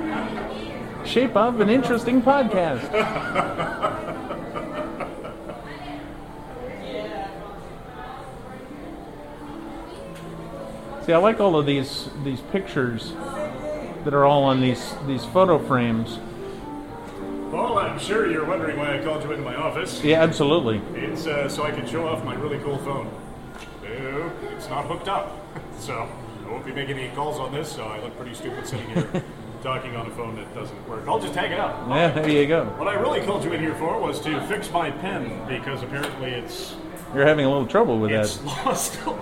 Shape of an interesting podcast. See, I like all of these these pictures that are all on these these photo frames.
Well, I'm sure you're wondering why I called you into my office.
Yeah, absolutely.
It's uh, so I can show off my really cool phone. No, it's not hooked up, so I won't be making any calls on this. So I look pretty stupid sitting here talking on a phone that doesn't work. I'll just hang it up.
Yeah, there you go.
What I really called you in here for was to fix my pen because apparently it's
You're having a little trouble with
it's
that.
lost a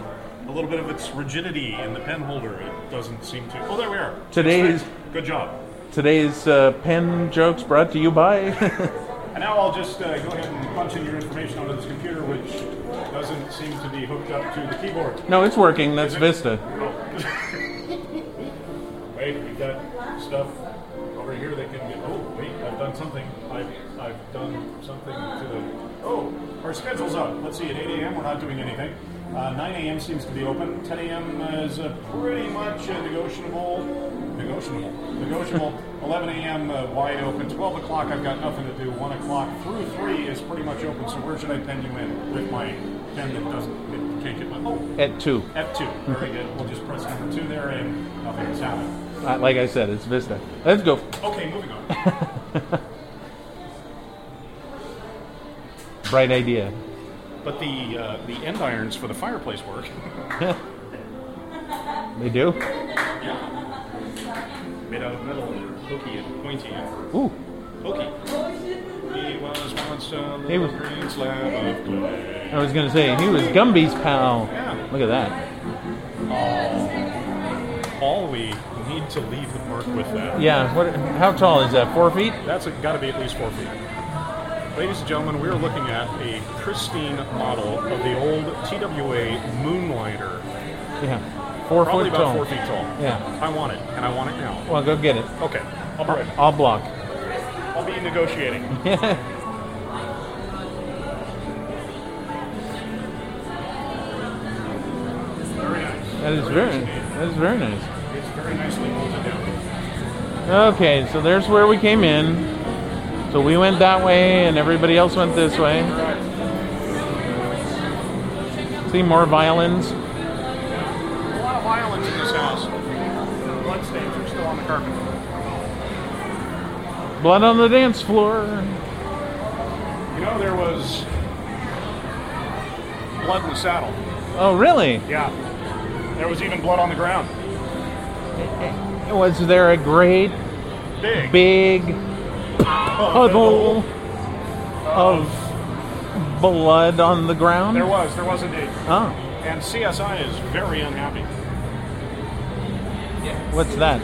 little bit of its rigidity in the pen holder. It doesn't seem to. Oh, there we are. It's
Today's-
fixed. good job.
Today's uh, pen jokes brought to you by.
And now I'll just uh, go ahead and punch in your information onto this computer, which doesn't seem to be hooked up to the keyboard.
no, it's working. That's Vista.
Wait, we've got stuff over here that can get. Oh, wait, I've done something. I've, I've done something to the. Oh, our schedule's up. Let's see, at 8 a.m., we're not doing anything. Uh, 9 a.m. seems to be open. 10 a.m. is uh, pretty much uh, negotiable. Negotiable. Negotiable. 11 a.m. Uh, wide open. 12 o'clock, I've got nothing to do. 1 o'clock through 3 is pretty much open. So where should I pen you in with my pen that doesn't. It can't get my. Oh,
At two.
F2. Very good. We'll just press number two there and nothing is happening.
Uh, Like I said, it's Vista. Let's go.
Okay, moving on.
Bright idea.
But the uh, the end irons for the fireplace work.
They do?
Made out of metal and hooky and pointy. and-
Ooh.
Hooky. He was once a
He
little
was-
green slab of clay.
I was going to say, he was Gumby's pal.
Yeah.
Look at that.
All we need to leave the park with that.
Yeah, what, how tall is that? Four feet?
That's got to be at least four feet. Ladies and gentlemen, we are looking at a pristine model of the old TWA Moonlighter.
Yeah. Four
Probably
foot
about
tall.
four feet tall.
Yeah.
I want it, and I want it now.
Well, go get it.
Okay, I'll be ready.
I'll block.
I'll be negotiating. Very nice.
That is very, that is very nice.
It's very nicely molded down.
Okay, so there's where we came in. So we went that way, and everybody else went this way. See more violins.
A lot of violence in this house. Bloodstains are still on the carpet.
Blood on the dance floor.
You know, there was blood in the saddle.
Oh, really?
Yeah. There was even blood on the ground.
Was there a great
Big. Oh,
big puddle of blood on the ground?
There was, there was indeed.
Oh,
And CSI is very unhappy.
what's that?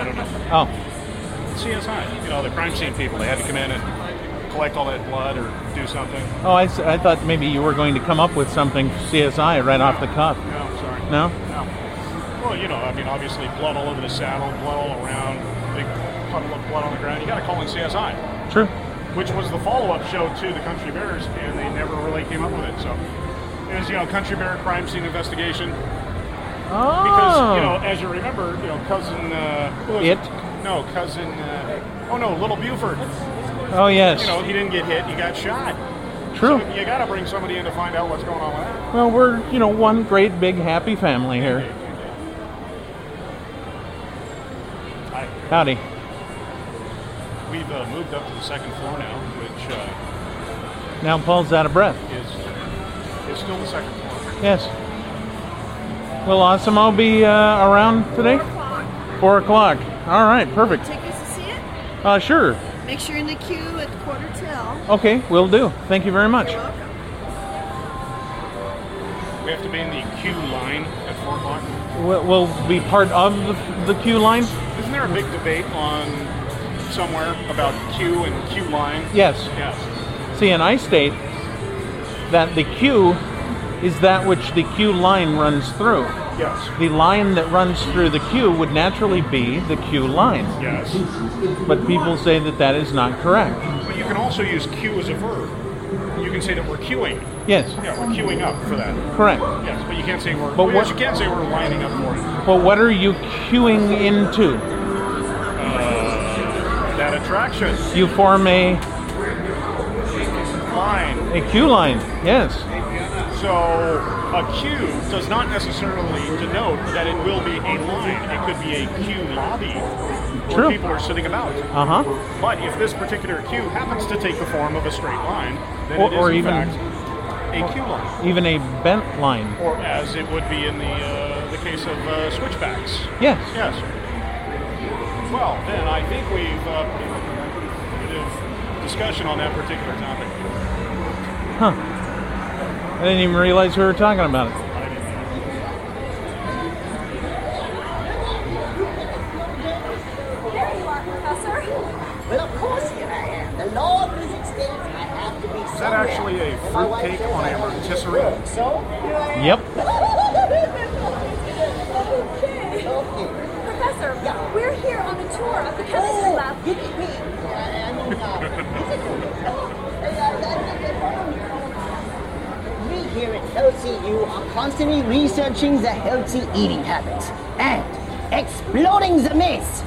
I don't know.
Oh,
CSI, you know, the crime scene people, they had to come in and collect all that blood or do something.
oh, I, s- I thought maybe you were going to come up with something for CSI right off the cuff.
No, sorry.
No?
No. Well, you know, I mean, obviously, blood all over the saddle, blood all around, big puddle of blood on the ground. You got to call in CSI,
True.
which was the follow-up show to the Country Bears, and they never really came up with it. So it was, you know, Country Bear crime scene investigation.
Oh.
Because you know, as you remember, you know, cousin. Uh, who was
It?
No, cousin. Uh, oh no, Little Buford.
oh, yes.
You know, he didn't get hit. He got shot.
True.
So you got to bring somebody in to find out what's going on with that.
Well, we're, you know, one great big happy family here. Howdy.
We've uh, moved up to the second floor now, which uh,
Now Paul's out of breath.
is is still the second floor.
Yes. Will Osimo be uh, around today? Four o'clock. All right, perfect.
Take us to see it.
Uh, sure.
Make sure you're in the queue at quarter till.
Okay, will do. Thank you very much.
You're welcome.
We have to be in the queue line at four o'clock.
We'll, we'll be part of the, the queue line?
Isn't there a big debate on somewhere about queue and queue line?
Yes.
Yes.
See, and I state that the queue is that which the queue line runs through.
Yes.
The line that runs through the queue would naturally be the queue line.
Yes.
But people say that that is not correct.
But you can also use queue as a verb. You can say that we're queuing.
Yes,
Yeah, we're queuing up for that.
correct.
Yes, but you can't say we're.
But
well,
what-
yes, you can say we're lining up for it.
But what are you queuing into?
That attraction
You form a,
line.
a queue line. Yes.
So a queue does not necessarily denote that it will be a line. It could be a queue lobby where
True.
people are sitting about.
Uh
Uh-huh.
huh.
But if this particular queue happens to take the form of a straight line, then
Or-
it is
or
in
even-
fact a queue line,
Even a bent line.
or as it would be in the uh, the case of uh, switchbacks.
Yes.
Yes. Well, then I think we've uh, bit of discussion on that particular topic.
I didn't even realize we were talking about it.
There you are, Professor. Well, of course here I am. The law of physics states I have to be somewhere.
Is that actually a
And my wife
fruitcake
says
on
I
a
have to
rotisserie?
work, So, here I am.
Yep.
okay.
Professor, we're here on a tour of the chemistry lab.
Oh, Look at me. Here I am now. Hey, I like it. We here at LCU are constantly researching the healthy eating habits and exploding the myths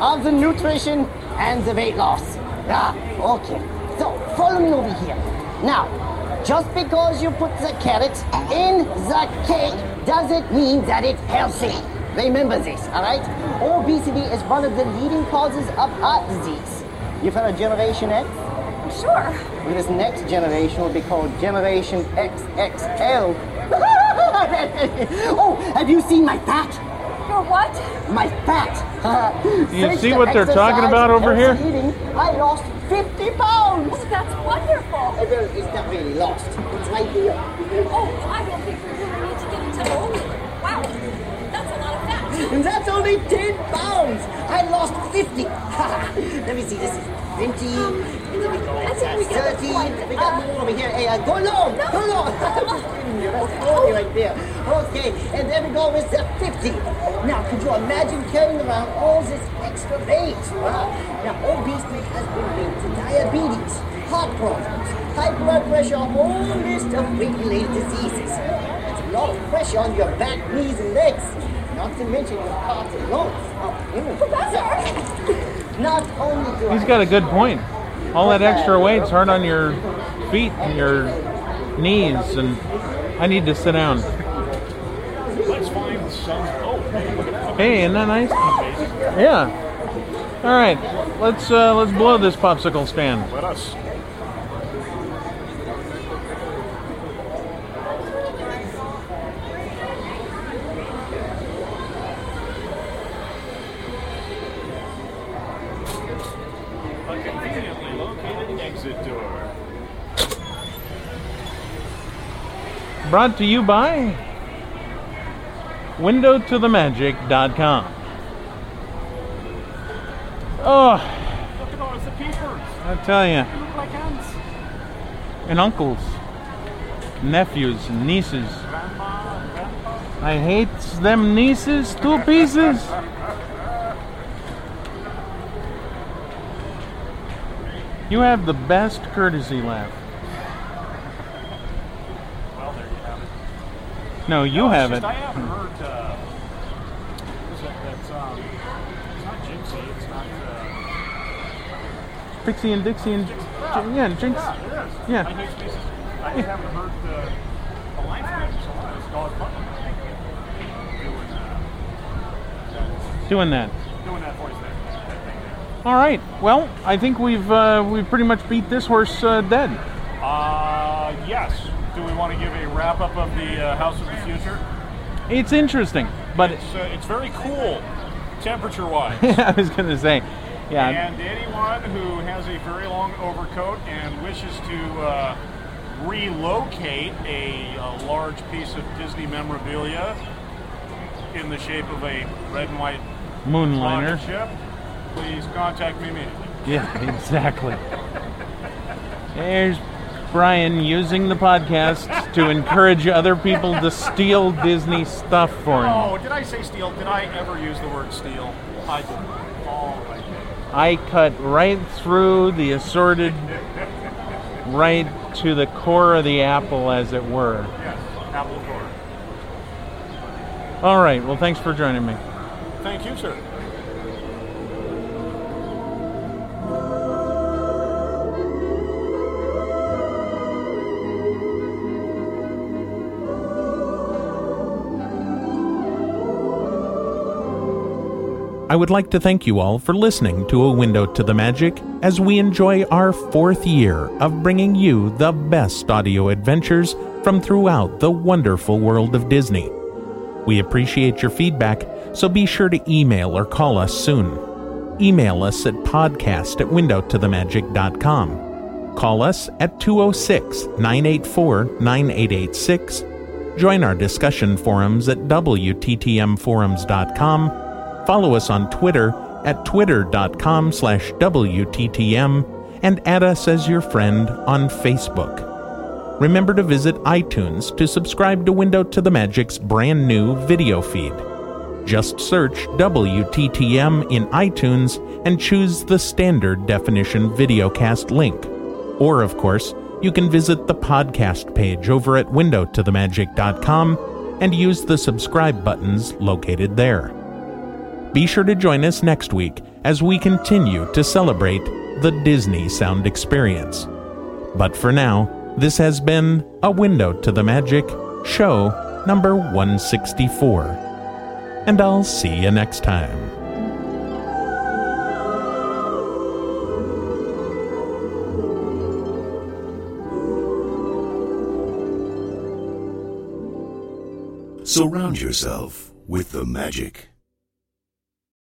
of the nutrition and the weight loss. Ah, okay. So follow me over here. Now, just because you put the carrot in the cake doesn't mean that it's healthy. Remember this, all right? Obesity is one of the leading causes of heart disease. You've heard of Generation X?
Sure.
And this next generation will be called Generation XXL. oh, have you seen my fat?
Your what?
My fat.
Do you
Thanks
see
to
what they're talking
exercise
about
and
over
healthy
here?
Eating, I lost 50 pounds.
that's wonderful.
it's not really lost. It's right here.
Oh, I don't think we really need to get into Oli. Wow, that's a lot of fat.
And that's only 10 pounds. I lost 50. Let me see, this is 20.
Um, I think we got the
30.
point.
We got more over here. Hey, uh, go long, go long. That's 40 right there. Okay, and there we go with the 50. Now, could you imagine carrying around all this extra weight? Wow. Now, obesity has been linked to diabetes, heart problems, high blood pressure, a whole list of weight-related diseases. It's a lot of pressure on your back, knees, and legs. Not to mention your heart and lungs. Oh, Professor! Not only do
He's
I
got a good point. All that extra weight's hard on your feet and your knees, and I need to sit down.
Let's find some. Oh, hey, look at that.
Hey, isn't that nice? Yeah. All right, let's uh, let's blow this popsicle stand.
Let us. A conveniently located exit door.
Brought to you by windowtothemagic.com. Oh,
Look at all the peepers.
I tell you,
They look like ants.
and uncles, nephews, nieces. I hate them nieces, two pieces. You have the best courtesy laugh.
Well, there you have it.
No, you
No, it's
have
just
it.
I haven't heard. Uh, what's that? That's um. It's not Gypsy. It's not. Uh,
Pixie and Dixie and Jin- yeah, Jinx.
Yeah, it is.
Yeah.
I, know Spaces. I just haven't heard the the line from it. So I was dog fucking doing uh,
Doing that.
that, doing that voice there. That thing there.
All right. Well, I think we've uh, we've pretty much beat this horse uh, dead.
Uh, yes. Do we want to give a wrap up of the uh, House of the Future?
It's interesting, but
It's, uh, it's very cool, temperature wise.
I was gonna say, yeah,
And anyone who has a very long overcoat and wishes to uh, relocate a, a large piece of Disney memorabilia in the shape of a red and white
Moonliner.
rocket ship, please contact me immediately.
Yeah, exactly. There's Brian using the podcast to encourage other people to steal Disney stuff for him.
Oh, did I say steal? Did I ever use the word steal? I did. Oh, All right.
I cut right through the assorted, right to the core of the apple, as it were.
Yes, Apple Corps.
All right. Well, thanks for joining me.
Thank you, sir.
I would like to thank you all for listening to A Window to the Magic as we enjoy our fourth year of bringing you the best audio adventures from throughout the wonderful world of Disney. We appreciate your feedback, so be sure to email or call us soon. Email us at podcast at windowtothemagic.com. Call us at 206 984 9886. Join our discussion forums at WTTMforums.com Follow us on Twitter at twitter.com slash WTTM and add us as your friend on Facebook. Remember to visit iTunes to subscribe to Window to the Magic's brand new video feed. Just search WTTM in iTunes and choose the standard definition videocast link. Or, of course, you can visit the podcast page over at windowtothemagic.com and use the subscribe buttons located there. Be sure to join us next week as we continue to celebrate the Disney sound experience. But for now, this has been A Window to the Magic, show number 164. And I'll see you next time.
Surround yourself with the magic.